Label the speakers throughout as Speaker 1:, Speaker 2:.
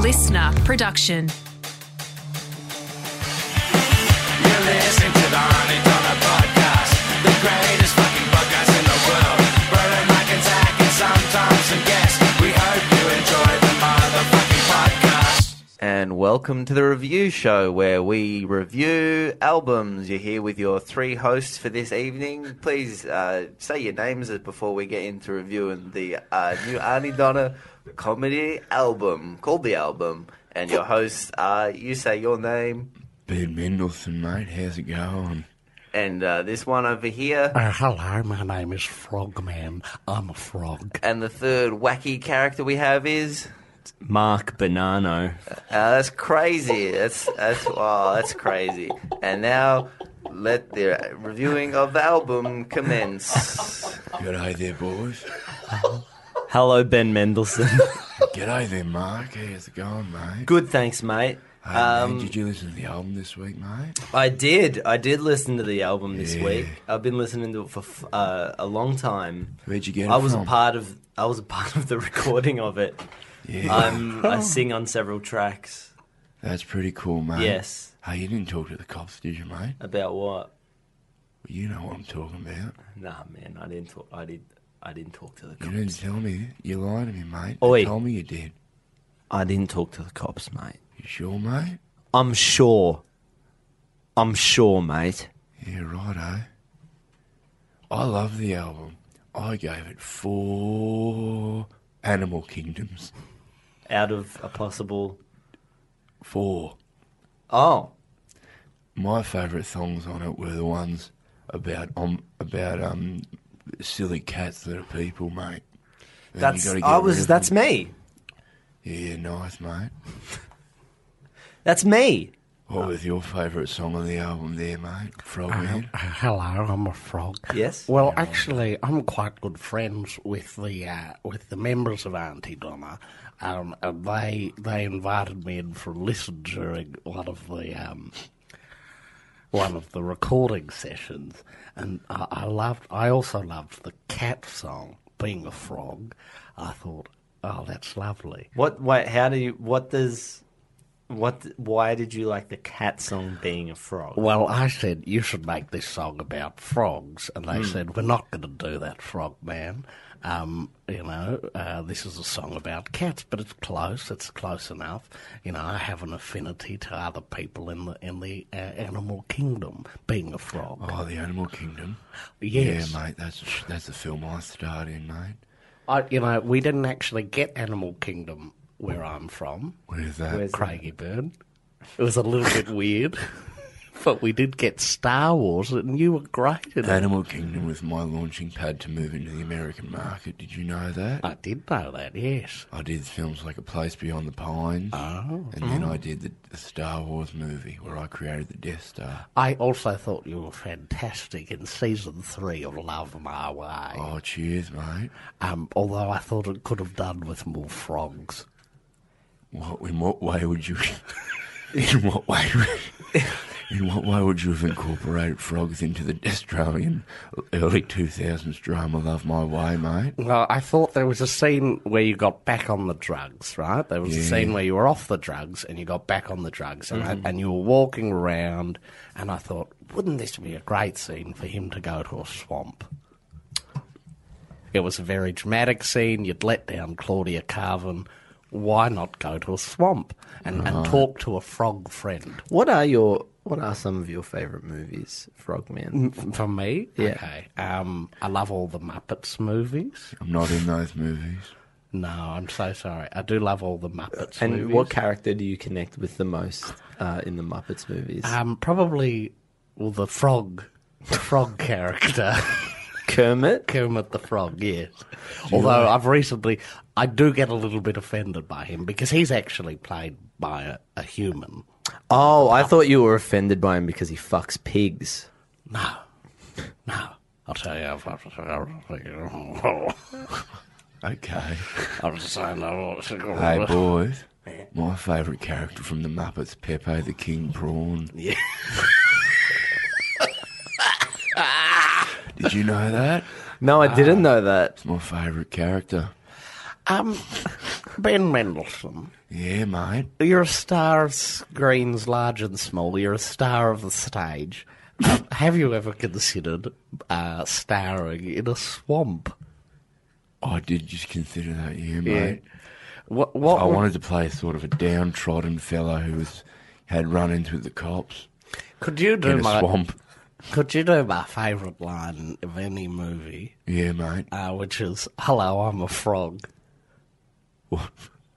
Speaker 1: listener production.
Speaker 2: You listen to the Honey Dollar Podcast, the greatest fucking podcast in the world. Brian McIntyre and Sam Thompson guest. We hope you enjoy the motherfucking podcast.
Speaker 3: And welcome to the review show where we review albums. You're here with your three hosts for this evening. Please uh, say your names as- before we get into reviewing the uh, new Arnie Donna comedy album called The Album. And your hosts are you say your name
Speaker 4: Ben Mendelsohn, mate, how's it going?
Speaker 3: and uh, this one over here.
Speaker 5: Uh, hello, my name is Frogman. I'm a frog.
Speaker 3: And the third wacky character we have is.
Speaker 6: Mark Bonanno.
Speaker 3: Uh, that's crazy. That's that's wow. That's crazy. And now let the reviewing of the album commence.
Speaker 4: G'day there, boys.
Speaker 6: Hello, Ben Mendelsohn.
Speaker 4: G'day there, Mark. How's it going, mate?
Speaker 6: Good, thanks, mate.
Speaker 4: Hey,
Speaker 6: Um,
Speaker 4: man, did you listen to the album this week, mate?
Speaker 6: I did. I did listen to the album this
Speaker 4: Yeah.
Speaker 6: week. I've been listening to it for f- uh, a long time.
Speaker 4: Where'd you get it
Speaker 6: I was
Speaker 4: from?
Speaker 6: a part of. I was a part of the recording of it.
Speaker 4: Yeah,
Speaker 6: I'm, I sing on several tracks.
Speaker 4: that's pretty cool, mate.
Speaker 6: Yes.
Speaker 4: Hey, you didn't talk to the cops, did you, mate?
Speaker 6: About what?
Speaker 4: You know what I'm talking about.
Speaker 6: Nah, man. I didn't talk. I did. I didn't talk to the
Speaker 4: You
Speaker 6: cops.
Speaker 4: didn't tell me. You lied to me, mate.
Speaker 6: Oi.
Speaker 4: You told me you did.
Speaker 6: I didn't talk to the cops, mate.
Speaker 4: You sure, mate?
Speaker 6: I'm sure. I'm sure, mate.
Speaker 4: Yeah, righto. I love the album. I gave it four Animal Kingdoms.
Speaker 6: Out of a possible.
Speaker 4: Four.
Speaker 6: Oh,
Speaker 4: my favourite songs on it were the ones about um about um silly cats that are people, mate. And you
Speaker 6: that's.
Speaker 4: gotta get
Speaker 6: I
Speaker 4: rid
Speaker 6: was.
Speaker 4: of
Speaker 6: That's
Speaker 4: them.
Speaker 6: me.
Speaker 4: Yeah, nice, mate.
Speaker 6: That's me.
Speaker 4: What was your favourite song on the album, there, mate?
Speaker 6: Uh-huh.
Speaker 4: Frogman.
Speaker 5: Uh, hello, I'm a frog.
Speaker 6: Yes.
Speaker 5: Well, actually, I'm quite good friends with the uh, with the members of Auntie Donna. Um, and they they invited me in for a listen during one of the um, one of the recording sessions, and I, I loved. I also loved the cat song. Being a frog, I thought, oh, that's lovely.
Speaker 6: What? Wait. How do you? What does? What? Why did you like the cat song being a frog?
Speaker 5: Well, I said you should make this song about frogs, and
Speaker 4: Hmm.
Speaker 5: they said we're not going to do that, frog man. Um, you know, uh, this is a song about cats, but it's close. It's close enough. You know, I have an affinity to other people in the in the uh, animal kingdom, being a frog.
Speaker 4: Oh, the Animal Kingdom.
Speaker 5: Yes.
Speaker 4: Yeah, mate. That's that's the film I starred in, mate.
Speaker 5: I, you know, we didn't actually get Animal Kingdom where I'm from,
Speaker 4: Where's that?
Speaker 5: Craigieburn. It was a little bit weird, but we did get Star Wars, and you were great at it.
Speaker 4: Animal Kingdom was my launching pad to move into the American market. Did you know that?
Speaker 5: I did know that, yes.
Speaker 4: I did films like A Place Beyond the Pines.
Speaker 5: Uh-huh.
Speaker 4: And then I did the, the Star Wars movie where I created the Death Star.
Speaker 5: I also thought you were fantastic in season three of Love My Way.
Speaker 4: Oh, cheers, mate.
Speaker 5: Um, although I thought it could have done with more frogs.
Speaker 4: What, in what way would you. in what way. would- In what way would you have incorporated frogs into the Australian early 2000s drama Love My Way, mate?
Speaker 5: Well, I thought there was a scene where you got back on the drugs, right? There was a scene where you were off the drugs and you got back on the drugs, and,
Speaker 6: Mm-hmm.
Speaker 5: I- and you were walking around. And I thought, wouldn't this be a great scene for him to go to a swamp? It was a very dramatic scene. You'd let down Claudia Carvin. Why not go to a swamp and, and talk to a frog friend?
Speaker 6: What are your? What are some of your favorite movies, Frogman?
Speaker 5: For me,
Speaker 6: Yeah.
Speaker 5: okay. Um, I love all the Muppets movies.
Speaker 4: I'm not in those movies.
Speaker 5: No, I'm so sorry. I do love all the Muppets
Speaker 6: And
Speaker 5: movies.
Speaker 6: what character do you connect with the most uh, in the Muppets movies?
Speaker 5: Um, probably, well, the frog, the frog character,
Speaker 6: Kermit.
Speaker 5: Kermit the Frog. Yes. Although I've recently, I do get a little bit offended by him because he's actually played by a, a human.
Speaker 6: Oh, I thought you were offended by him because he fucks pigs.
Speaker 5: No, no. I'll tell you. I
Speaker 4: Okay.
Speaker 5: was saying.
Speaker 4: hey,
Speaker 5: Hey,
Speaker 4: boys. My favourite character from the Muppets, Pepe the King Prawn.
Speaker 5: Yeah.
Speaker 4: Did you know that?
Speaker 6: No, I didn't know that.
Speaker 4: It's my favourite character.
Speaker 5: Um, Ben Mendelsohn.
Speaker 4: Yeah, mate.
Speaker 5: You're a star of screens large and small. You're a star of the stage. Um, have you ever considered uh, starring in a swamp?
Speaker 4: I did just consider that, yeah, mate.
Speaker 5: What? What?
Speaker 4: I
Speaker 5: would-
Speaker 4: wanted to play sort of a downtrodden fellow who was, had run-ins with the cops
Speaker 5: could you do
Speaker 4: in a
Speaker 5: my?
Speaker 4: swamp.
Speaker 5: Could you do my favourite line of any movie,
Speaker 4: Yeah, mate.
Speaker 5: uh, which is "Hello, I'm a frog."
Speaker 4: What,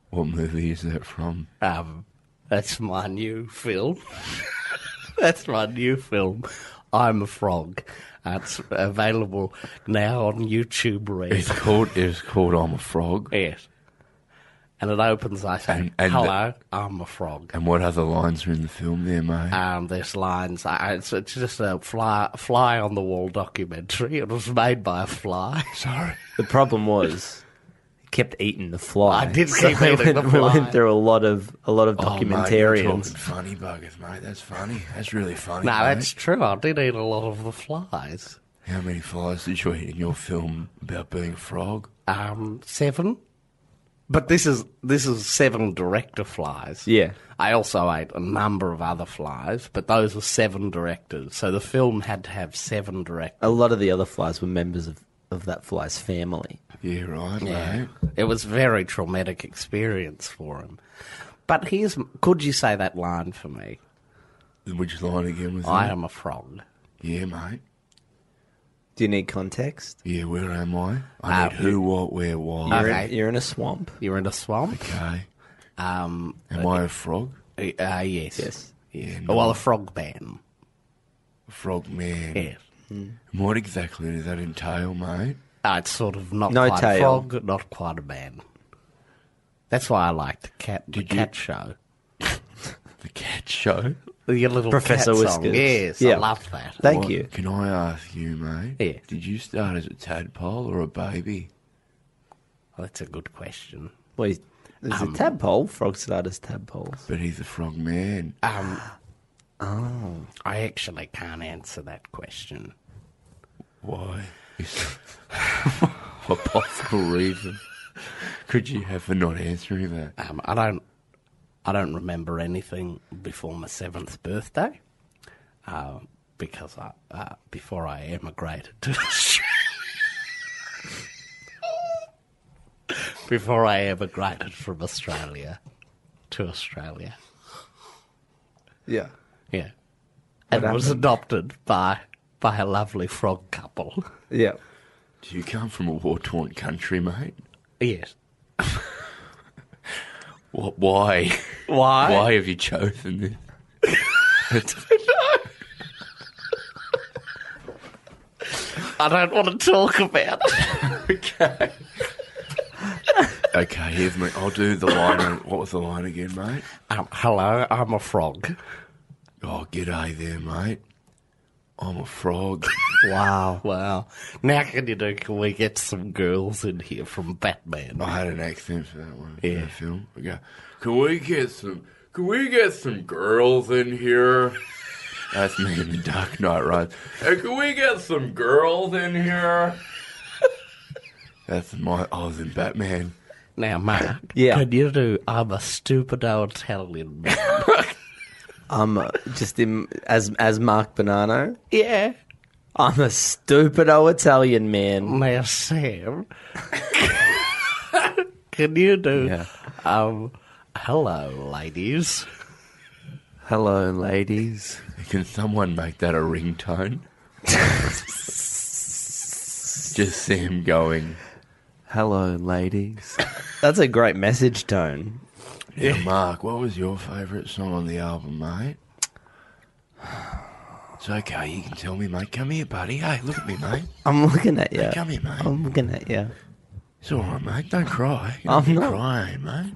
Speaker 4: what movie is that from?
Speaker 5: Um, that's my new film. that's my new film. I'm a frog. Uh, It's available now on YouTube Red.
Speaker 4: It's called. It's called I'm a Frog.
Speaker 5: Yes. And it opens, I say,
Speaker 4: And- and
Speaker 5: hello, I'm a frog.
Speaker 4: And what other lines are in the film there, mate?
Speaker 5: Um, there's lines. I, it's, it's just a fly, fly on the wall documentary. It was made by a fly. Sorry.
Speaker 6: The problem was, he kept eating the fly.
Speaker 5: I did keep
Speaker 6: we
Speaker 5: eating
Speaker 6: went,
Speaker 5: the
Speaker 6: we went
Speaker 5: fly.
Speaker 6: through a lot of a lot of
Speaker 4: Oh, mate, you're
Speaker 6: documentarians.
Speaker 4: talking funny buggers, mate. That's funny. That's really funny.
Speaker 5: No,
Speaker 4: mate.
Speaker 5: that's true. I did eat a lot of the flies.
Speaker 4: How many flies did you eat in your film about being a frog?
Speaker 5: Um, seven. But this is this is seven director flies.
Speaker 6: Yeah.
Speaker 5: I also ate a number of other flies, but those were seven directors. So the film had to have seven directors.
Speaker 6: a lot of the other flies were members of, of that fly's family.
Speaker 4: Yeah, right, mate.
Speaker 5: It was very traumatic experience for him. But here's could you say that line for me?
Speaker 4: Which line again was
Speaker 5: I
Speaker 4: that?
Speaker 5: am a frog.
Speaker 4: Yeah, mate.
Speaker 6: Do you need context?
Speaker 4: Yeah, where am I? I
Speaker 5: Uh,
Speaker 4: need who, what, where,
Speaker 3: uh,
Speaker 4: why.
Speaker 6: You're,
Speaker 5: Okay.
Speaker 6: in, you're in a swamp.
Speaker 5: You're in a swamp.
Speaker 4: Okay.
Speaker 5: Um,
Speaker 4: Am I a frog?
Speaker 5: uh, yes.
Speaker 6: Yes.
Speaker 4: Yeah, no,
Speaker 5: Well, a frog man.
Speaker 4: frog man.
Speaker 5: Yes.
Speaker 4: And What exactly does that entail, mate?
Speaker 5: Uh, it's sort of not
Speaker 6: No
Speaker 5: quite
Speaker 6: tail.
Speaker 5: a frog, not quite a man. That's why I like the cat the
Speaker 4: Did you-
Speaker 5: cat show.
Speaker 4: The cat show.
Speaker 5: Your little
Speaker 6: Professor
Speaker 5: cat song.
Speaker 6: Whiskers.
Speaker 5: Yes,
Speaker 6: Yeah.
Speaker 5: I love that.
Speaker 6: Thank
Speaker 4: What-
Speaker 6: you.
Speaker 4: Can I ask you, mate?
Speaker 5: Yeah.
Speaker 4: Did you start as a tadpole or a baby?
Speaker 5: That's a good question.
Speaker 6: Wait, there's a tadpole. Frogs start as tadpoles.
Speaker 4: But he's a frog man.
Speaker 5: Um, I actually can't answer that question.
Speaker 4: Why? what possible reason could you have for not answering that?
Speaker 5: Um, I don't, I don't remember anything before my seventh birthday, uh, because I uh, before I emigrated to Australia. before I emigrated from Australia to Australia,
Speaker 3: Yeah.
Speaker 5: yeah, and was adopted by by a lovely frog couple.
Speaker 3: Yeah.
Speaker 4: Do you come from a war torn country, mate?
Speaker 5: yes,
Speaker 4: What? Why?
Speaker 5: why?
Speaker 4: Why have you chosen this?
Speaker 5: I don't want to talk about it.
Speaker 4: Okay, here's me. I'll do the line. What was the line again, mate?
Speaker 5: Um, hello, I'm a frog.
Speaker 4: Oh, g'day there, mate. I'm a frog.
Speaker 6: Wow.
Speaker 5: Wow. Now can you do? Can we get some girls in here from Batman?
Speaker 4: I had an accent for that one.
Speaker 5: Yeah.
Speaker 4: That film. Okay. Can we get some? Can we get some girls in here? That's me in the Dark Knight Rises. Hey, can we get some girls in here? That's my. I was in Batman.
Speaker 5: Now, Mark.
Speaker 6: Yeah.
Speaker 5: Can you do? I'm a stupido Italian. Man.
Speaker 6: I'm uh, just in, as as Mark Bonanno.
Speaker 5: yeah.
Speaker 6: I'm a stupid old Italian man.
Speaker 5: Now, Sam. can you do?
Speaker 6: Yeah.
Speaker 5: Um. Hello, ladies.
Speaker 6: Hello, ladies.
Speaker 4: Can someone make that a ringtone? Just Sam going.
Speaker 6: Hello, ladies. That's a great message tone.
Speaker 4: Yeah, Mark, what was your favourite song on the album, mate? It's okay, you can tell me, mate. Come here, buddy. Hey, look at me, mate.
Speaker 6: I'm looking at you.
Speaker 4: Hey, come here, mate.
Speaker 6: I'm looking at you.
Speaker 4: It's all right, mate. Don't cry. You
Speaker 6: I'm
Speaker 4: don't
Speaker 6: not.
Speaker 4: crying, mate.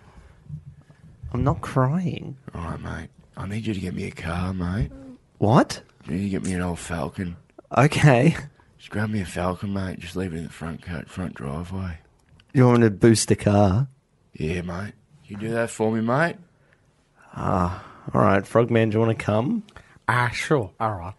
Speaker 6: I'm not crying.
Speaker 4: All right, mate. I need you to get me a car, mate.
Speaker 6: What?
Speaker 4: You need to get me an old Falcon.
Speaker 6: Okay.
Speaker 4: Just grab me a Falcon, mate. Just leave it in the front coat, front driveway.
Speaker 6: You want me to boost the car?
Speaker 4: Yeah, mate. You do that for me, mate.
Speaker 6: All right, Frogman, do you want to come?
Speaker 5: Ah, sure. All right.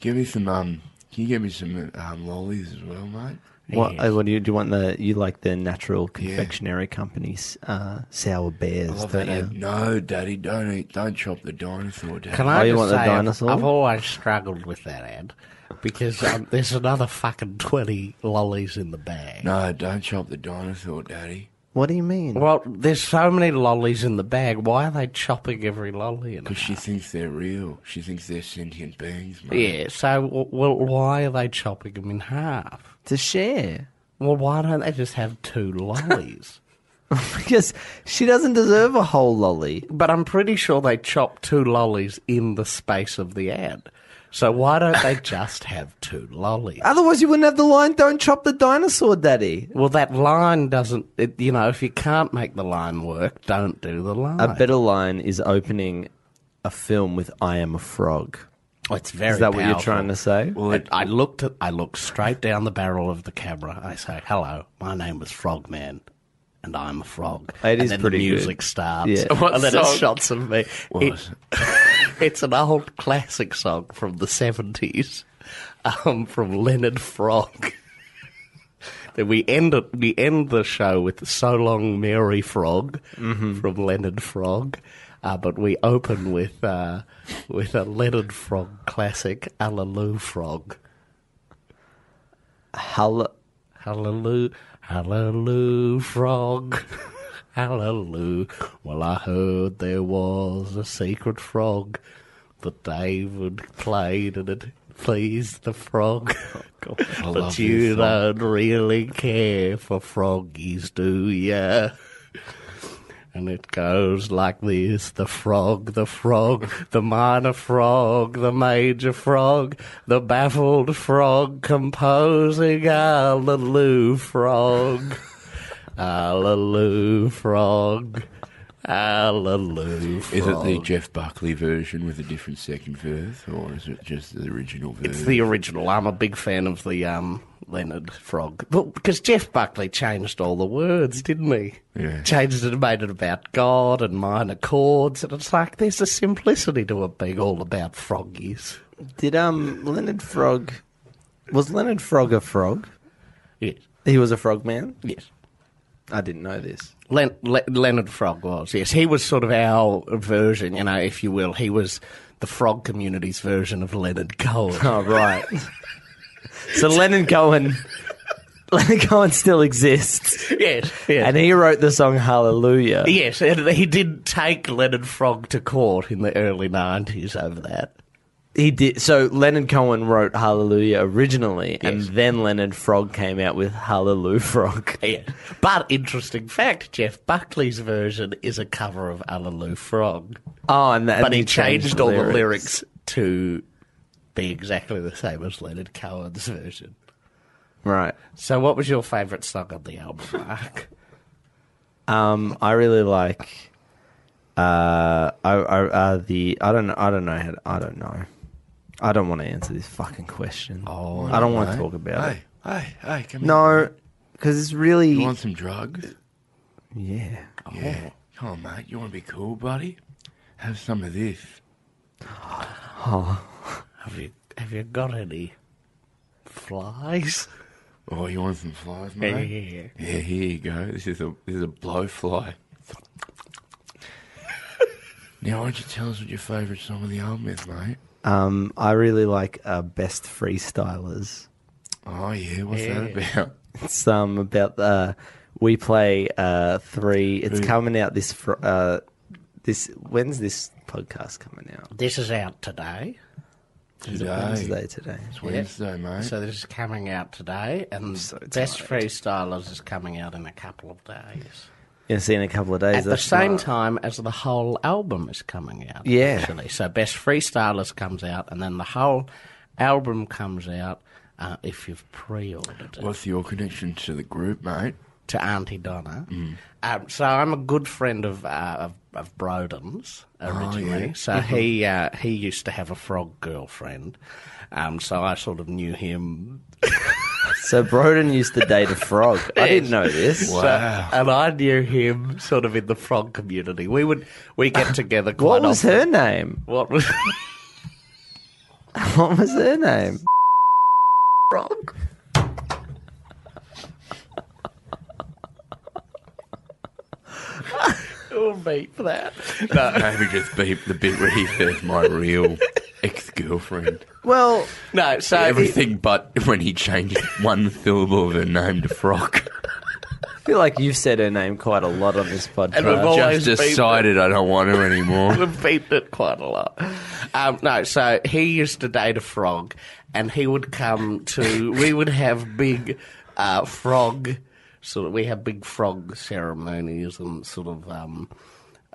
Speaker 4: Give me some um. Can you get me some um lollies as well, mate?
Speaker 6: What,
Speaker 5: Yes.
Speaker 6: uh, what do you do? You want the you like the natural confectionery company's uh, sour bears?
Speaker 4: I love
Speaker 6: don't
Speaker 4: that.
Speaker 6: you?
Speaker 4: ad. No, Daddy, don't eat, don't chop the dinosaur, Daddy.
Speaker 5: Can I
Speaker 6: Oh, you
Speaker 5: just
Speaker 6: want
Speaker 5: say,
Speaker 6: the
Speaker 5: I've-
Speaker 6: dinosaur?
Speaker 5: I've, always struggled with that ad because um, there's another fucking twenty lollies in the bag.
Speaker 4: No, don't chop the dinosaur, Daddy.
Speaker 6: What do you mean?
Speaker 5: Well, there's so many lollies in the bag. Why are they chopping every lolly in it?
Speaker 4: Because she thinks they're real. She thinks they're sentient beings, mate.
Speaker 5: Yeah. So, w- well, why are they chopping them in half?
Speaker 6: To share
Speaker 5: Well, why don't they just have two lollies?
Speaker 6: because she doesn't deserve a whole lolly.
Speaker 5: but I'm pretty sure they chopped two lollies in the space of the ad. So why don't they just have two lollies?
Speaker 6: Otherwise, you wouldn't have the line. Don't chop the dinosaur, Daddy.
Speaker 5: Well, that line doesn't. It, you know, if you can't make the line work, don't do the line.
Speaker 6: A better line is opening a film with "I am a frog."
Speaker 5: Oh, it's very.
Speaker 6: Is that what you're
Speaker 5: powerful.
Speaker 6: trying to say?
Speaker 4: Well,
Speaker 5: And
Speaker 4: it,
Speaker 5: I looked at. I looked straight down the barrel of the camera. I say, "Hello, my name was Frogman." And I'm a frog.
Speaker 6: It
Speaker 5: and
Speaker 6: is
Speaker 5: then
Speaker 6: pretty
Speaker 5: the
Speaker 6: good.
Speaker 5: music starts.
Speaker 6: Yeah.
Speaker 5: And then
Speaker 4: song?
Speaker 5: it's shots of me.
Speaker 4: What?
Speaker 5: It- it's an old classic song from the 70s um, from Leonard Frog. Then we end it, we end the show with "So Long, Mary Frog" from Leonard Frog, uh, but we open with uh, with a Leonard Frog classic, "Hallelujah Frog."
Speaker 6: Hello.
Speaker 5: Hallelujah, hallelujah, frog. hallelujah. Well, I heard there was a sacred frog that David played and it pleased the frog.
Speaker 4: Oh, love
Speaker 5: but you
Speaker 4: this song.
Speaker 5: don't really care for froggies, do ya? And it goes like this the frog, the frog, the minor frog, the major frog, the baffled frog composing Hallelujah frog. Hallelujah frog. Hallelujah frog.
Speaker 4: is it the Jeff Buckley version with a different second verse, or is it just the original version?
Speaker 5: It's the original. I'm a big fan of the um, Leonard Frog. Well, because Jeff Buckley changed all the words, didn't he?
Speaker 4: Yeah.
Speaker 5: Changed it and made it about God and minor chords. And it's like there's a simplicity to it being all about froggies.
Speaker 6: Did um Leonard Frog was Leonard Frog a frog?
Speaker 5: Yes.
Speaker 6: He was a frogman.
Speaker 5: Yes.
Speaker 6: I didn't know this.
Speaker 5: Len- Le- Leonard Frog was, yes. He was sort of our version, you know, if you will. He was the frog community's version of Leonard Cohen.
Speaker 6: Oh right. so Leonard Cohen, Leonard Cohen still exists,
Speaker 5: yes, yes.
Speaker 6: and he wrote the song Hallelujah.
Speaker 5: Yes, and he did take Leonard Frog to court in the early 90s over that.
Speaker 6: He did. So Leonard Cohen wrote Hallelujah originally, and
Speaker 5: Yes.
Speaker 6: then Leonard Frog came out with Hallelujah Frog.
Speaker 5: Yeah. But interesting fact, Jeff Buckley's version is a cover of Hallelujah Frog.
Speaker 6: Oh, and, that,
Speaker 5: But he changed all the lyrics to be exactly the same as Leonard Cohen's version.
Speaker 6: Right.
Speaker 5: So what was your favourite song on the album, Mark?
Speaker 6: Um, I really like. Uh, I, I, uh, the I don't know. I don't know how. To, I don't know. I don't want to answer this fucking question. Oh, I don't want to talk about it.
Speaker 4: Hey, hey, hey, come here.
Speaker 6: No, because it's really.
Speaker 4: You want some drugs?
Speaker 6: yeah.
Speaker 4: Yeah.
Speaker 6: oh.
Speaker 4: Come on, mate. You want to be cool, buddy? Have some of this.
Speaker 5: Have you have you got any flies?
Speaker 4: Oh, you want some flies, mate?
Speaker 5: Yeah.
Speaker 4: Yeah, here you go. This is a this is a blowfly. now, why don't you tell us what your favourite song of the album is, mate?
Speaker 6: Um, I really like uh, best freestylers.
Speaker 4: Oh yeah, what's that about?
Speaker 6: It's um about uh, we play uh three. It's
Speaker 4: Who-
Speaker 6: coming out this fr- uh this when's this podcast coming out?
Speaker 5: This is out today.
Speaker 6: Is it
Speaker 4: Today.
Speaker 6: Wednesday today.
Speaker 4: It's Wednesday, mate.
Speaker 5: So this is coming out today, and Best Freestylers is coming out in a couple of days.
Speaker 6: You'll see in a couple of days.
Speaker 5: At the
Speaker 6: that's
Speaker 5: same
Speaker 6: not-
Speaker 5: time as the whole album is coming out.
Speaker 6: Yeah.
Speaker 5: Actually. So Best Freestylers comes out, and then the whole album comes out uh, if you've pre ordered it
Speaker 4: what's your connection to the group, mate?
Speaker 5: to Auntie Donna.
Speaker 6: Mm.
Speaker 5: Um, so I'm a good friend of, uh, of, of Broden's
Speaker 6: Oh,
Speaker 5: originally.
Speaker 4: yeah.
Speaker 5: So
Speaker 6: Mm-hmm.
Speaker 5: he uh, he used to have a frog girlfriend. Um, so I sort of knew him
Speaker 6: So Broden used to date a frog. I didn't know this.
Speaker 5: So- and I knew him sort of in the frog community. We would we get together quite
Speaker 6: What was
Speaker 5: often.
Speaker 6: her name?
Speaker 5: What was
Speaker 6: What was her name?
Speaker 5: frog? We'll beat for that.
Speaker 4: Maybe just beep the bit where he says my real ex girlfriend.
Speaker 6: Well,
Speaker 5: No, so it-
Speaker 4: Everything but when he changed one syllable of her name to Frock.
Speaker 6: I feel like you've said her name quite a lot on this
Speaker 5: And we've
Speaker 6: podcast.
Speaker 5: all-
Speaker 4: Just
Speaker 5: Always beep
Speaker 4: decided I don't want her
Speaker 5: we
Speaker 4: anymore.
Speaker 5: beeped it quite a lot. Um, no, so he used to date a frog, and he would come to. we would have big uh, frog. Sort of, we have big frog ceremonies and sort of, um,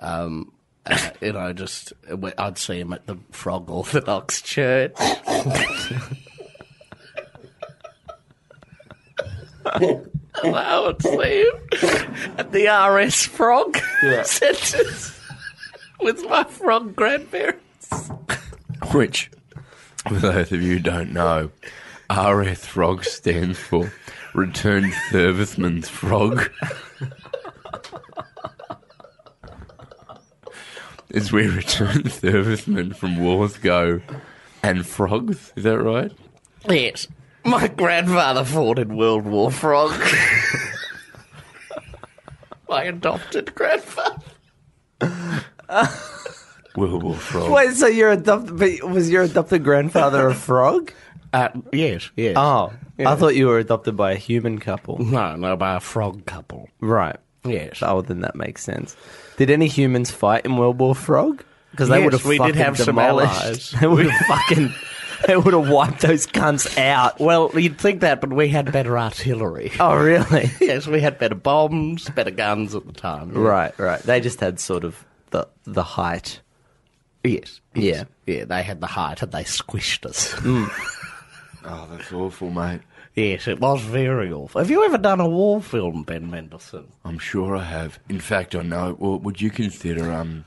Speaker 5: um, uh, you know, just I'd see him at the Frog Orthodox Church. I would see him at the RS Frog Centres with my frog grandparents.
Speaker 4: Which, for those of you who don't know, RS Frog stands for Returned Serviceman's Frog. It's where returned servicemen from wars go and frogs. Is that right?
Speaker 5: Yes, my grandfather fought in World War Frog. my adopted grandfather.
Speaker 4: World War Frog.
Speaker 6: Wait, so your adopted but was your adopted grandfather a frog?
Speaker 5: Uh, yes, yes.
Speaker 6: Oh, I thought you were adopted by a human couple.
Speaker 5: No, no, by a frog couple.
Speaker 6: Right.
Speaker 5: Yes.
Speaker 6: Oh, then that makes sense. Did any humans fight in World War Frog? Because they
Speaker 5: Yes,
Speaker 6: would have
Speaker 5: we did
Speaker 6: fucking
Speaker 5: have some allies.
Speaker 6: demolished. They would have fucking. They would have wiped those cunts out.
Speaker 5: Well, you'd think that, but we had better artillery.
Speaker 6: Oh, really?
Speaker 5: Yes, we had better bombs, better guns at the time.
Speaker 6: right, right. They just had sort of the the height.
Speaker 5: Yes. yes. Mm. Yeah, they had the height and they squished us.
Speaker 4: Oh, that's awful, mate.
Speaker 5: yes, it was very awful. Have you ever done a war film, Ben Mendelsohn?
Speaker 4: I'm sure I have. In fact, I know. Well, would you consider um,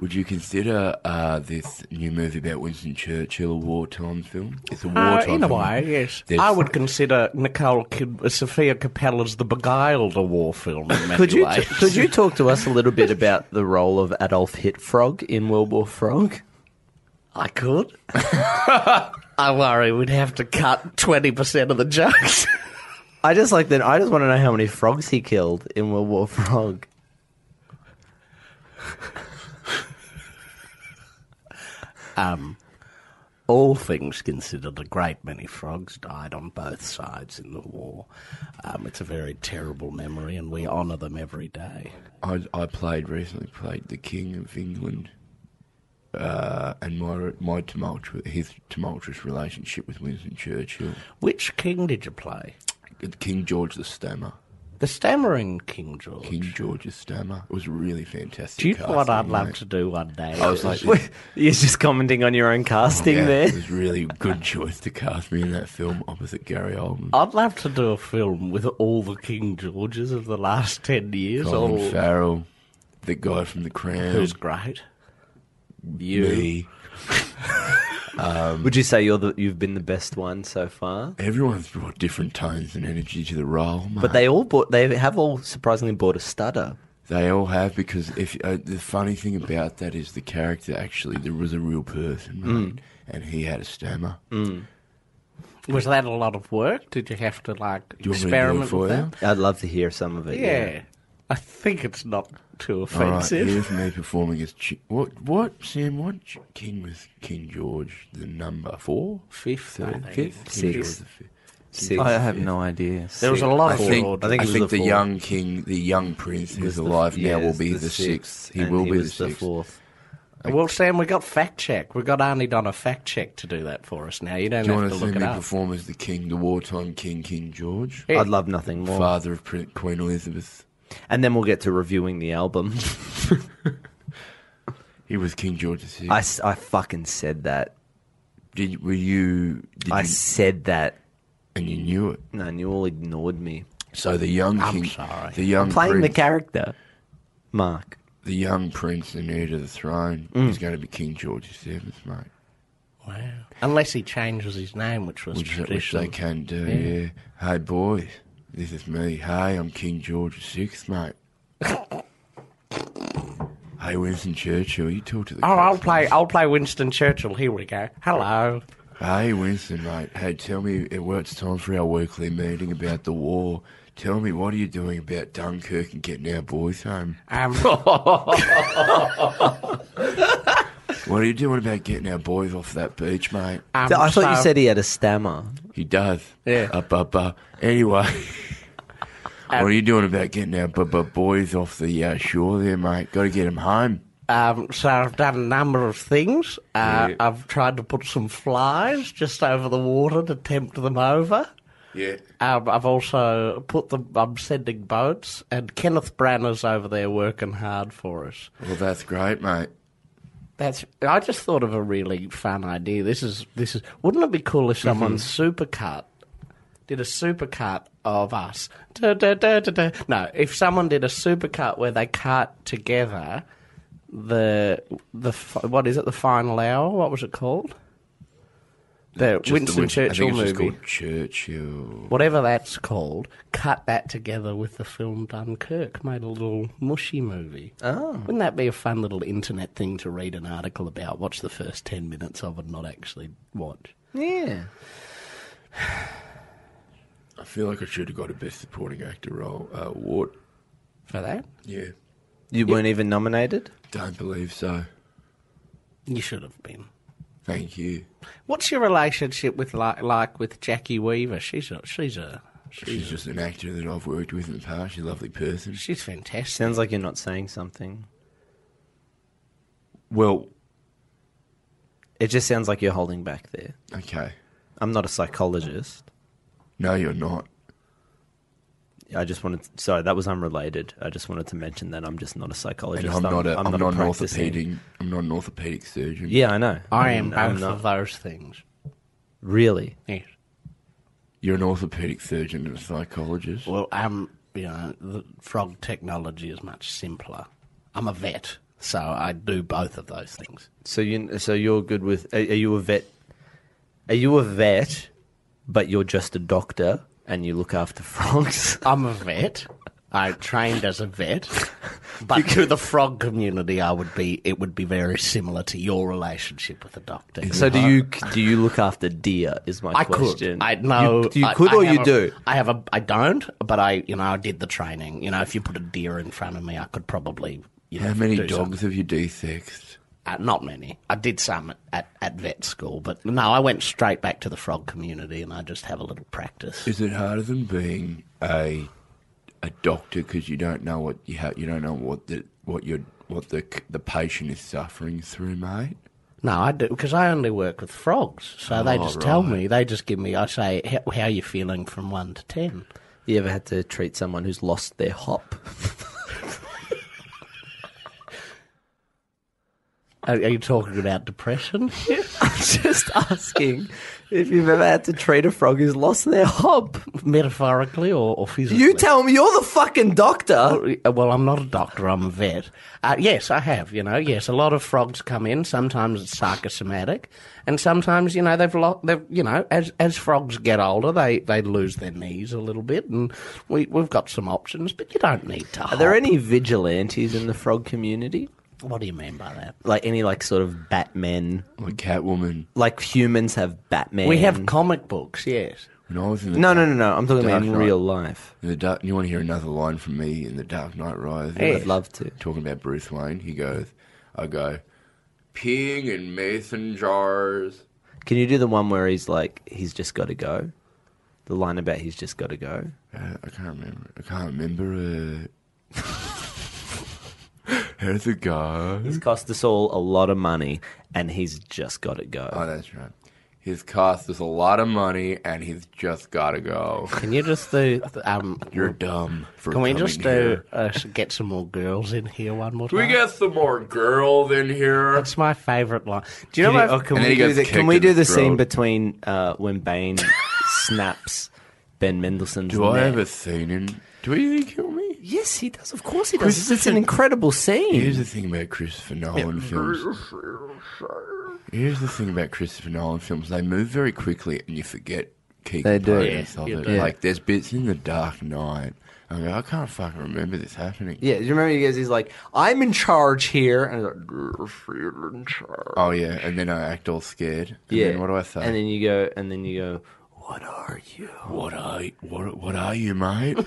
Speaker 4: would you consider uh, this new movie about Winston Churchill a wartime film? It's a
Speaker 5: Uh,
Speaker 4: wartime
Speaker 5: in a
Speaker 4: film.
Speaker 5: way, yes.
Speaker 4: There's-
Speaker 5: I would consider Nicole Kid- uh, Sophia Capella's The Beguiled a war film in many
Speaker 6: Could you
Speaker 5: ways.
Speaker 6: could you talk to us a little bit about the role of Adolf Hitfrog in World War Frog?
Speaker 5: I could. I worry we'd have to cut twenty percent of the jokes.
Speaker 6: I just like that. I just want to know how many frogs he killed in World War Frog.
Speaker 5: um, all things considered, a great many frogs died on both sides in the war. Um, it's a very terrible memory, and we honour them every day.
Speaker 4: I, I played recently played the King of England, uh, and my my tumultuous his tumultuous relationship with Winston Churchill,
Speaker 5: Which king did you play?
Speaker 4: King George the Stammer.
Speaker 5: The stammering King George.
Speaker 4: King George the Stammer. It was really fantastic.
Speaker 5: do you know what
Speaker 4: casting,
Speaker 5: I'd love
Speaker 4: mate.
Speaker 5: to do one day?
Speaker 4: I was like,
Speaker 6: You're just commenting on your own casting
Speaker 4: yeah,
Speaker 6: there.
Speaker 4: it was really good choice to cast me in that film opposite Gary Oldman.
Speaker 5: I'd love to do a film with all the King Georges of the last ten years.
Speaker 4: Colin
Speaker 5: All
Speaker 4: Farrell, the guy from The Crown,
Speaker 5: who's great?
Speaker 4: me. Um,
Speaker 6: Would you say you're the, you've been the best one so far?
Speaker 4: Everyone's brought different tones and energy to the role, mate.
Speaker 6: But they all bought. They have all surprisingly bought a stutter.
Speaker 4: they all have because if uh, the funny thing about that is the character actually there was a real person, mate,
Speaker 5: Mm.
Speaker 4: and he had a stammer.
Speaker 5: Was that a lot of work? Did you have to like
Speaker 4: Do you want me to do it
Speaker 5: experiment
Speaker 4: for
Speaker 5: with
Speaker 4: you?
Speaker 5: that?
Speaker 6: I'd love to hear some of it.
Speaker 5: Yeah. I think it's not too
Speaker 4: All right,
Speaker 5: offensive.
Speaker 4: here's me performing as chi- what? What Sam? What Ch- king was King George? The number four,
Speaker 5: Fifth, I
Speaker 4: third,
Speaker 5: think.
Speaker 4: fifth,
Speaker 6: Six.
Speaker 4: King George the fifth.
Speaker 6: Six.
Speaker 3: I have no idea.
Speaker 5: There was a lot
Speaker 4: I
Speaker 5: of
Speaker 4: think, I think,
Speaker 6: think it was the
Speaker 4: the,
Speaker 6: fourth.
Speaker 4: young king, the young prince who's
Speaker 6: the f-
Speaker 4: alive
Speaker 6: yeah,
Speaker 4: now, will
Speaker 6: it's
Speaker 4: be the, sixth. He will be the
Speaker 6: was
Speaker 4: sixth.
Speaker 6: fourth.
Speaker 5: Well, Sam, we got fact check. We got Arnie done a fact check to do that for us now. You don't
Speaker 4: Do you
Speaker 5: have
Speaker 4: want
Speaker 5: to
Speaker 4: to see
Speaker 5: look
Speaker 4: me
Speaker 5: it up.
Speaker 4: perform as the king, the wartime king, King George,
Speaker 5: Yeah.
Speaker 6: I'd love nothing more.
Speaker 4: father of Prin- Queen Elizabeth?
Speaker 6: And then we'll get to reviewing the album.
Speaker 4: He was King George the Sixth.
Speaker 6: I, s- I fucking said that.
Speaker 4: Did were you? Did
Speaker 6: I
Speaker 4: you
Speaker 6: said that.
Speaker 4: and you knew it.
Speaker 6: No, and you all ignored me.
Speaker 4: So the young
Speaker 5: I'm
Speaker 4: king,
Speaker 5: sorry.
Speaker 4: the young
Speaker 6: Playing the
Speaker 4: prince,
Speaker 6: character, Mark.
Speaker 4: the, young prince, the heir to the throne, is going to be King George the Seventh, mate.
Speaker 5: Wow. Unless he changes his name, which was
Speaker 4: Which, which
Speaker 5: traditional.
Speaker 4: they can do. Yeah. Hey boys, this is me. Hey, I'm King George the Sixth, mate. hey, Winston Churchill, you talk to the.
Speaker 5: Oh, I'll
Speaker 4: cops,
Speaker 5: play. I'll play Winston Churchill. Here we go. Hello.
Speaker 4: Hey, Winston, mate. Hey, tell me, well, it's time for our weekly meeting about the war. Tell me, what are you doing about Dunkirk and getting our boys home?
Speaker 5: Um,
Speaker 4: What are you doing about getting our boys off that beach, mate?
Speaker 5: um,
Speaker 6: I thought you
Speaker 5: so-
Speaker 6: said he had a stammer.
Speaker 4: He does.
Speaker 5: Yeah.
Speaker 4: Up, up, up. Anyway, what are you doing about getting our bu- bu- boys off the uh, shore there, mate? Got to get them home.
Speaker 5: Um, so I've done a number of things. Uh,
Speaker 4: Yeah.
Speaker 5: I've tried to put some flies just over the water to tempt them over.
Speaker 4: Yeah.
Speaker 5: Um, I've also put them. I'm sending boats, and Kenneth Branner's over there working hard for us.
Speaker 4: Well, that's great, mate.
Speaker 5: That's. I just thought of a really fun idea. This is. This is. Wouldn't it be cool if someone
Speaker 4: Mm-hmm.
Speaker 5: supercut did a supercut of us? Da, da, da, da, da. No, if someone did a supercut where they cut together the the fi- what is it? The final hour. What was it called? The
Speaker 4: Just the
Speaker 5: Winston
Speaker 4: Win-
Speaker 5: Churchill
Speaker 4: I think it's
Speaker 5: movie.
Speaker 4: Just called Churchill.
Speaker 5: Whatever that's called, cut that together with the film Dunkirk, made a little mushy movie. Oh. Wouldn't that be a fun little internet thing to read an article about, watch the first 10 minutes of and not actually watch?
Speaker 6: Yeah.
Speaker 4: I feel like I should have got a Best Supporting Actor role uh, award.
Speaker 5: For that?
Speaker 4: Yeah.
Speaker 6: You weren't even nominated?
Speaker 4: Don't believe so.
Speaker 5: You should have been.
Speaker 4: Thank you.
Speaker 5: What's your relationship with like, like with Jackie Weaver? She's a she's a
Speaker 4: She's just an actor that I've worked with in the past. She's a lovely person.
Speaker 5: she's fantastic.
Speaker 6: Sounds like you're not saying something.
Speaker 4: Well,
Speaker 6: It just sounds like you're holding back there.
Speaker 4: okay.
Speaker 6: I'm not a psychologist.
Speaker 4: No, you're not.
Speaker 6: I just wanted. sorry, that was unrelated. I just wanted to mention that I'm just not a psychologist.
Speaker 4: And I'm not a. I'm not an
Speaker 6: practicing-
Speaker 4: orthopedic. I'm not an orthopedic surgeon.
Speaker 6: Yeah, I know.
Speaker 5: I am
Speaker 6: I'm
Speaker 5: both
Speaker 6: not-
Speaker 5: of those things.
Speaker 6: Really?
Speaker 5: Yes.
Speaker 4: You're an orthopedic surgeon and a psychologist.
Speaker 5: Well, um, I'm, you know, the frog technology is much simpler. I'm a vet, so I do both of those things.
Speaker 6: So you so you're good with? Are, are you a vet? Are you a vet? But you're just a doctor and you look after frogs.
Speaker 5: I'm a vet. I trained as a vet, but to the frog community, I would be. It would be very similar to your relationship with a doctor.
Speaker 6: So do you do you look after deer? Is my
Speaker 5: I
Speaker 6: question.
Speaker 5: could. I know.
Speaker 6: You, you
Speaker 5: I-
Speaker 6: could
Speaker 5: I
Speaker 6: or
Speaker 5: have
Speaker 6: you
Speaker 5: a-
Speaker 6: do.
Speaker 5: I have a. I don't. But I, you know, I did the training. You know, if you put a deer in front of me, I could probably. You know,
Speaker 4: How many
Speaker 5: do
Speaker 4: dogs
Speaker 5: something.
Speaker 4: have you dissected?
Speaker 5: Uh, not many. I did some at, at, at vet school, but no, I went straight back to the frog community, and I just have a little practice.
Speaker 4: Is it harder than being a a doctor because you don't know what you ha- you don't know what the what your what the c- the patient is suffering through, mate?
Speaker 5: No, I do because I only work with frogs. So they
Speaker 4: Oh,
Speaker 5: just tell
Speaker 4: right.
Speaker 5: me. They just give me. I say, "How how are you feeling from one to ten?
Speaker 6: You ever had to treat someone who's lost their hop?
Speaker 5: Are, are you talking about depression?
Speaker 6: I'm just asking if you've ever had to treat a frog who's lost their hop.
Speaker 5: Metaphorically or, or physically?
Speaker 6: You tell me you're the fucking doctor.
Speaker 5: Uh, Well, I'm not a doctor. I'm a vet. Uh, yes, I have. You know, yes, a lot of frogs come in. Sometimes it's psychosomatic, and sometimes you know they've lo- they've you know as as frogs get older, they they lose their knees a little bit, and we we've got some options. But you don't need to.
Speaker 6: Are there any vigilantes in the frog community?
Speaker 5: What do you mean by that?
Speaker 6: Like any like sort of Batman?
Speaker 4: Like Catwoman.
Speaker 6: Like humans have Batman.
Speaker 5: We have comic books. Yes.
Speaker 4: When I was in the
Speaker 6: no, no, no, no. I'm talking
Speaker 4: Dark
Speaker 6: about in
Speaker 4: Knight.
Speaker 6: real life.
Speaker 4: In the dark, you want to hear another line from me in the Dark Knight Rises?
Speaker 5: Hey.
Speaker 6: I'd love to.
Speaker 4: Talking about Bruce Wayne, he goes, "I go, peeing in mason jars."
Speaker 6: Can you do the one where he's like, he's just got to go? The line about he's just got to go.
Speaker 4: Uh, I can't remember. I can't remember. It. How's it go?
Speaker 6: It's cost us all a lot of money, and he's just got to go.
Speaker 4: Oh, that's right. He's cost us a lot of money, and he's just gotta go.
Speaker 5: Can you just do um?
Speaker 4: You're dumb. For
Speaker 5: Can we
Speaker 4: coming
Speaker 5: just do
Speaker 4: here.
Speaker 5: uh, s- get some more girls in here one more
Speaker 4: Can
Speaker 5: time?
Speaker 4: we get some more girls in here?
Speaker 5: That's my favourite line. Do you know
Speaker 6: Can,
Speaker 5: what?
Speaker 6: you- oh,
Speaker 5: I've-
Speaker 6: can
Speaker 4: And then
Speaker 6: we
Speaker 4: he
Speaker 6: do
Speaker 4: gets
Speaker 6: the, can
Speaker 4: kicked
Speaker 6: we
Speaker 4: in
Speaker 6: do
Speaker 4: the
Speaker 6: the scene
Speaker 4: throat.
Speaker 6: between uh, when Bane snaps Ben Mendelsohn's
Speaker 4: Do I
Speaker 6: neck?
Speaker 4: have a scene in? Do you think he'll me?
Speaker 6: Yes, he does. Of course, he does. It's an
Speaker 4: Christian-
Speaker 6: incredible scene.
Speaker 4: Here's the thing about Christopher Nolan films. Here's the thing about Christopher Nolan films. They move very quickly and you forget key
Speaker 6: They do.
Speaker 4: components
Speaker 5: Yeah,
Speaker 4: of
Speaker 5: you
Speaker 4: it.
Speaker 5: do.
Speaker 4: Like, there's bits in The Dark Knight. I go, I can't fucking remember this happening.
Speaker 6: Yeah, do you remember? He goes, he's like, "I'm in charge here," and he's like, "You're feeling in charge."
Speaker 4: Oh, yeah. And then I act all scared. And
Speaker 6: yeah.
Speaker 4: then what do I say?
Speaker 6: And then you go, and then you go,
Speaker 4: What are you? What are you? What, what are you, mate?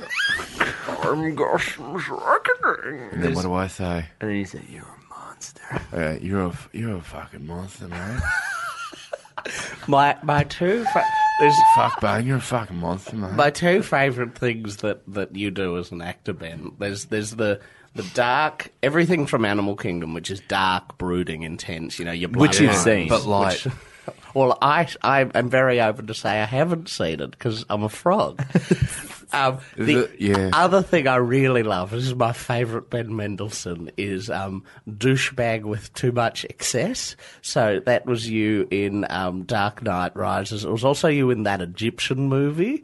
Speaker 6: I'm gosh, reckoning.
Speaker 4: And then what do I say?
Speaker 6: And then you say, You're a monster.
Speaker 4: Uh, you're a f- you're a fucking monster, mate.
Speaker 5: My my two fa- there's
Speaker 4: Fuck, bang, you're a fucking monster, mate.
Speaker 5: my two favourite things that, that you do as an actor, Ben. There's there's the the dark everything from Animal Kingdom, which is dark, brooding, intense. You know, your blood
Speaker 6: Which you've
Speaker 5: lines,
Speaker 6: seen.
Speaker 4: but light.
Speaker 5: which- well, I I am very open to say I haven't seen it because I'm a frog. um, the
Speaker 4: it? Yeah.
Speaker 5: other thing I really love, this is my favourite Ben Mendelsohn, is um, douchebag with too much excess. So that was you in um, Dark Knight Rises. It was also you in that Egyptian movie.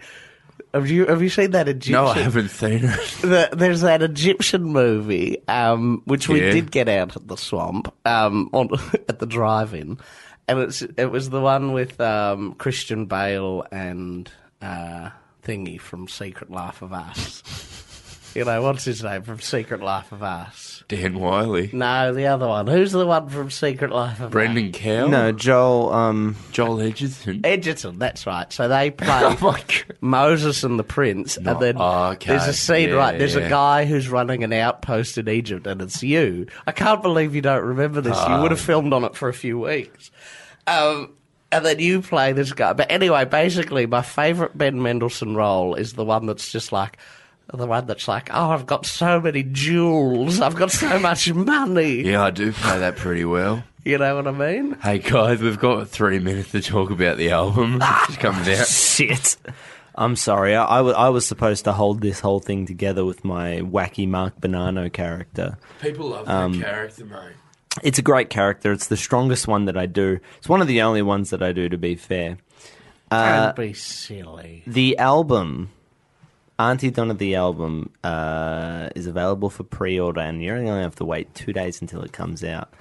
Speaker 5: Have you have you seen that Egyptian?
Speaker 4: no, I haven't seen it.
Speaker 5: The, there's that Egyptian movie, um, which we
Speaker 4: Yeah.
Speaker 5: did get out at the swamp, um, on, at the drive-in, and it's it was the one with um, Christian Bale and uh, Thingy from Secret Life of Us. you know what's his name from Secret Life of Us?
Speaker 4: Dan Wiley,
Speaker 5: No, the other one. Who's the one from Secret Life of Us?
Speaker 4: Brendan Cowell,
Speaker 6: No, Joel, um,
Speaker 4: Joel Edgerton.
Speaker 5: Edgerton, that's right. So they play
Speaker 4: Oh my God.
Speaker 5: Moses and the Prince, and then
Speaker 4: oh, okay.
Speaker 5: there's a scene,
Speaker 4: Yeah,
Speaker 5: right? There's
Speaker 4: yeah.
Speaker 5: a guy who's running an outpost in Egypt, and it's you. I can't believe you don't remember this. you
Speaker 4: Ah.
Speaker 5: would have filmed on it for a few weeks. Um, and then you play this guy. But anyway, basically, my favourite Ben Mendelsohn role is the one that's just like. The one that's like, oh, I've got so many jewels, I've got so much money.
Speaker 4: Yeah, I do play that pretty well.
Speaker 5: You know what I mean?
Speaker 4: Hey guys, we've got three minutes to talk about the album. It comes out.
Speaker 6: shit. I'm sorry. I, I, wa- I was supposed to hold this whole thing together with my wacky Mark Bonanno character.
Speaker 4: People love that character, mate.
Speaker 6: It's a great character. It's the strongest one that I do. It's one of the only ones that I do, to be fair.
Speaker 4: Uh,
Speaker 5: Don't be silly.
Speaker 6: The album, Auntie Donna the album, uh, is available for pre order, and you only have to wait two days until it comes out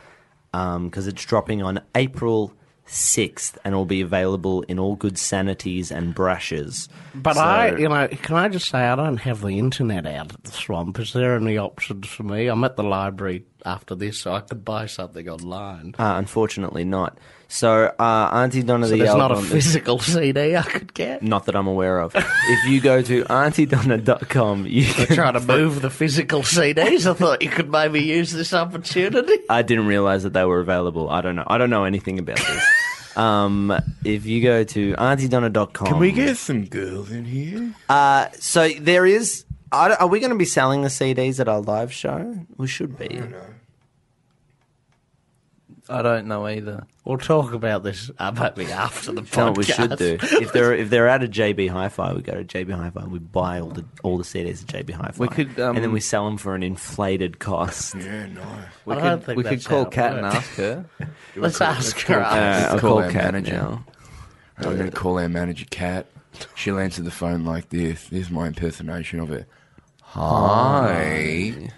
Speaker 6: because it's dropping on April 6th and will be available in all good sanities and brushes.
Speaker 5: But
Speaker 6: So-
Speaker 5: I, you know, can I just say I don't have the internet out at the swamp. Is there any options for me? I'm at the library after this, so I could buy something online.
Speaker 6: Uh, unfortunately, not. So, uh, Auntie Donna
Speaker 5: So
Speaker 6: the
Speaker 5: there's not a
Speaker 6: album. is-
Speaker 5: physical CD I could get.
Speaker 6: not that I'm aware of. if you go to auntiedonna.com, you can.
Speaker 5: Trying to move the physical CDs. I thought you could maybe use this opportunity.
Speaker 6: I didn't realize that they were available. I don't know. I don't know anything about this. um, if you go to auntiedonna.com.
Speaker 4: Can we get some girls in here?
Speaker 6: Uh, so there is. I don't- are we going to be selling the CDs at our live show? We should be.
Speaker 3: I don't know either.
Speaker 5: We'll talk about this uh, maybe after the podcast.
Speaker 6: No, we should do. If they're if they're out of JB Hi-Fi, we go to JB Hi-Fi. We buy all the all the CDs at JB Hi-Fi.
Speaker 3: We could, um,
Speaker 6: and then we sell them for an inflated cost.
Speaker 4: Yeah, nice.
Speaker 3: We
Speaker 5: I
Speaker 3: could,
Speaker 5: don't think
Speaker 3: we
Speaker 5: that's
Speaker 3: could call
Speaker 5: how it
Speaker 3: Kat and
Speaker 5: works.
Speaker 3: ask her.
Speaker 5: Let's ask her.
Speaker 4: Kat.
Speaker 6: Uh,
Speaker 4: Let's
Speaker 6: I'll
Speaker 4: call
Speaker 6: call
Speaker 4: our
Speaker 6: Kat
Speaker 4: manager.
Speaker 6: now.
Speaker 4: I'm going to call our manager, Kat. She'll answer the phone like this. This is my impersonation of it. Hi.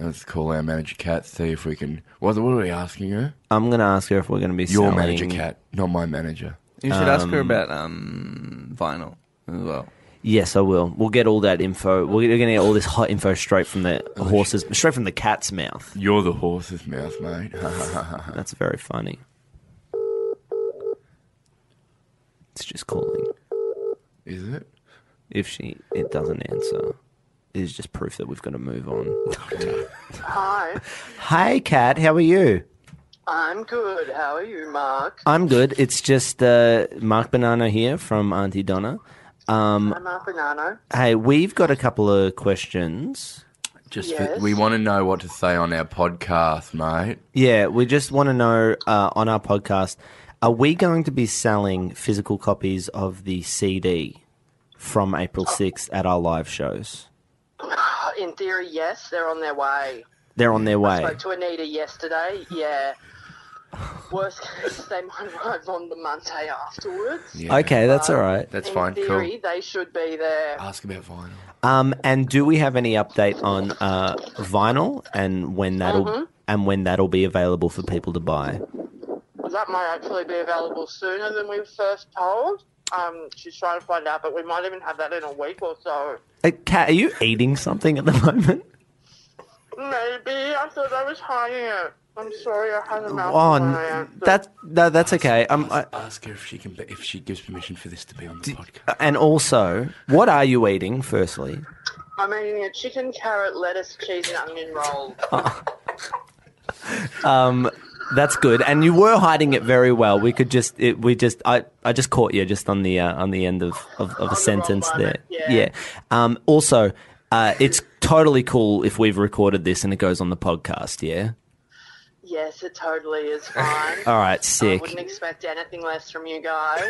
Speaker 4: Let's call our manager, Kat, see if we can. What, what are we asking her?
Speaker 6: I'm going to ask her if we're going to be
Speaker 4: Your
Speaker 6: selling.
Speaker 4: manager, Kat, not my manager.
Speaker 3: You should ask her about um, vinyl as well.
Speaker 6: Yes, I will. We'll get all that info. We're going to get all this hot info straight from the
Speaker 4: Oh,
Speaker 6: horse's, straight from the cat's mouth.
Speaker 4: You're the horse's mouth, mate.
Speaker 6: That's very funny. It's just calling.
Speaker 4: is it?
Speaker 6: If she it doesn't answer, it is just proof that we've got to move on.
Speaker 1: Hi,
Speaker 6: Hi, Cat. How are you?
Speaker 1: I'm good. How are you, Mark?
Speaker 6: I'm good. It's just uh, Mark Bonanno here from Auntie Donna.
Speaker 1: I'm Mark Bonanno.
Speaker 6: Hey, we've got a couple of questions.
Speaker 4: Just
Speaker 1: Yes.
Speaker 4: for, we want to know what to say on our podcast, mate.
Speaker 6: Yeah, we just want to know uh, on our podcast are we going to be selling physical copies of the CD from April 6th at our live shows?
Speaker 1: Oh, In theory, yes, they're on their way.
Speaker 6: They're on their way.
Speaker 1: Spoke to Anita yesterday. Yeah. Worst case, they might arrive on the Monday afterwards.
Speaker 4: Yeah.
Speaker 6: Okay, that's all right.
Speaker 4: That's
Speaker 1: In
Speaker 4: fine.
Speaker 1: theory,
Speaker 4: Cool.
Speaker 1: they should be there.
Speaker 4: Ask about vinyl.
Speaker 6: Um, and do we have any update on uh, vinyl and when that'll and when that'll be available for people to buy?
Speaker 1: That might actually be available sooner than we first told. Um, she's trying to find out, but we might even have that in a week or so.
Speaker 6: Uh, Kat, are you eating something at the moment?
Speaker 1: Maybe I thought I was higher. I'm sorry, I had a mouth.
Speaker 6: Oh,
Speaker 1: when I
Speaker 6: n-
Speaker 1: answered.
Speaker 6: that no, that's okay. Um, I,
Speaker 4: Ask her if she can, if she gives permission for this to be on the podcast.
Speaker 6: and also, what are you eating? Firstly,
Speaker 1: I'm eating a chicken, carrot, lettuce, cheese, and onion roll.
Speaker 6: that's good. And you were hiding it very well. We could just, it, we just, I, I just caught you just on the uh, on the end of of, of a sentence
Speaker 1: line,
Speaker 6: there.
Speaker 1: yeah.
Speaker 6: Um, also, uh, it's totally cool if we've recorded this and it goes on the podcast. Yeah.
Speaker 1: Yes, it totally is fine.
Speaker 6: All right.
Speaker 1: I
Speaker 6: Sick.
Speaker 1: wouldn't expect anything less from you guys.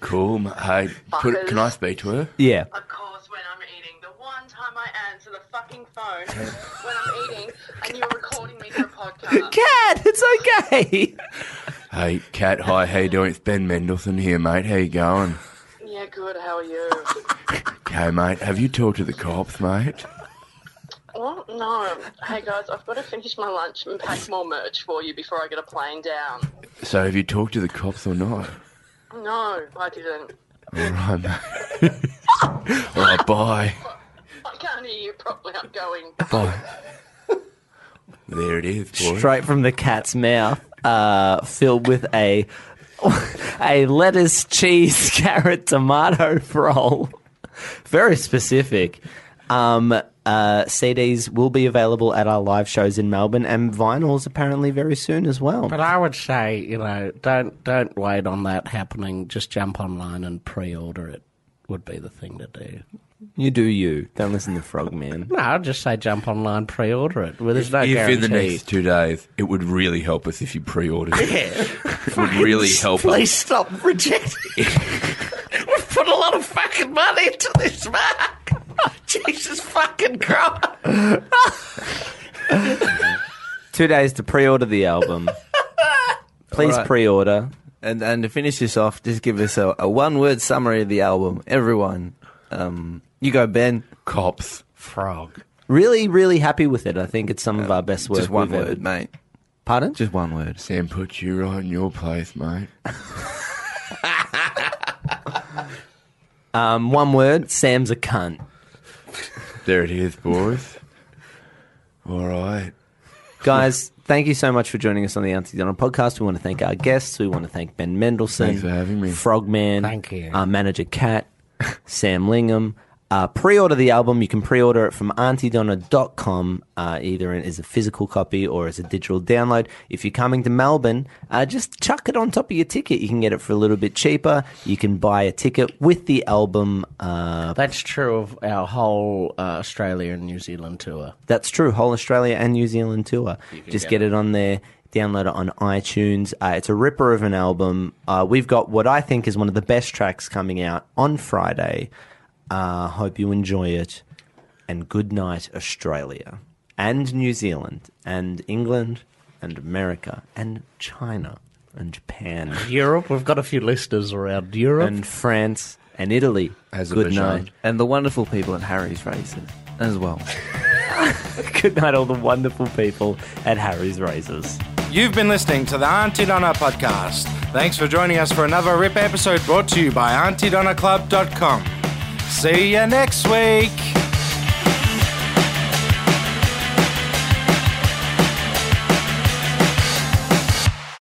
Speaker 4: Cool. ma- Hey, put, can I
Speaker 1: Fuckers.
Speaker 4: speak to her?
Speaker 6: Yeah.
Speaker 1: Of course, when I'm eating, the one time I answer the fucking phone when I'm eating, and you're recording me for a podcast.
Speaker 6: Cat, it's okay.
Speaker 4: Hey, Cat. Hi. How you doing? It's Ben Mendelson here, mate. How you going?
Speaker 1: Yeah, good. How are you?
Speaker 4: Okay, mate. Have you talked to the cops, mate?
Speaker 1: Well, no. Hey guys, I've got to finish my lunch and pack more merch for you before I get a plane down.
Speaker 4: So, have you talked to the cops or not?
Speaker 1: No, I didn't.
Speaker 4: All right, mate. All right, bye.
Speaker 1: I can't hear you properly. I'm going.
Speaker 4: Bye. There it is, boy.
Speaker 6: straight from the cat's mouth, uh, filled with a a lettuce, cheese, carrot, tomato roll. Very specific. Um, uh, CDs will be available at our live shows in Melbourne and vinyls apparently very soon as well.
Speaker 5: But I would say, you know, don't don't wait on that happening. Just jump online and pre-order it. Would be the thing to do.
Speaker 6: You do you. Don't listen to Frogman.
Speaker 5: No, I'd just say jump online, pre-order it. Well, there's no
Speaker 4: If in
Speaker 5: guarantees.
Speaker 4: the next two days, it would really help us if you pre-ordered it. it would really help us.
Speaker 5: Please stop rejecting. We've put a lot of fucking money into this, Mark. Jesus fucking Christ.
Speaker 6: Two days to pre-order the album. Please
Speaker 3: Alright.
Speaker 6: pre-order.
Speaker 3: And and to finish this off, just give us a, a one word summary of the album. Everyone, um, you go, Ben.
Speaker 4: Cops.
Speaker 5: Frog.
Speaker 6: Really, really happy with it. I think it's some of our best work.
Speaker 3: Just one
Speaker 6: we've ever-
Speaker 3: word, mate.
Speaker 6: Pardon?
Speaker 3: Just one word.
Speaker 4: Sam put you right in your place, mate.
Speaker 6: Um, one word. Sam's a cunt.
Speaker 4: There it is, boys. All right.
Speaker 6: Guys, thank you so much for joining us on the Auntie Donald podcast. We want to thank our guests. We want to thank Ben Mendelsohn.
Speaker 4: Thanks for having me.
Speaker 6: Frogman.
Speaker 5: Thank you.
Speaker 6: Our manager, Kat. Sam Lingham. Uh, pre-order the album. You can pre-order it from auntiedonna.com, uh, either in- as a physical copy or as a digital download. If you're coming to Melbourne, uh, just chuck it on top of your ticket. You can get it for a little bit cheaper. You can buy a ticket with the album. Uh,
Speaker 5: That's true of our whole uh, Australia and New Zealand tour.
Speaker 6: That's true. Whole Australia and New Zealand tour. Just
Speaker 5: get
Speaker 6: get it on there. Download it on iTunes. Uh, it's a ripper of an album. Uh, we've got what I think is one of the best tracks coming out on Friday. Uh, hope you enjoy it. And good night, Australia and New Zealand and England and America and China and Japan
Speaker 5: Europe, we've got a few listeners around Europe.
Speaker 6: and France and Italy. Good
Speaker 4: Azerbaijan.
Speaker 6: night.
Speaker 3: And the wonderful people at Harry's Races as well.
Speaker 6: Good night, all the wonderful people at Harry's Razors.
Speaker 2: You've been listening to the Auntie Donna podcast. Thanks for joining us for another RIP episode brought to you by AuntieDonnaClub.com. See you next week.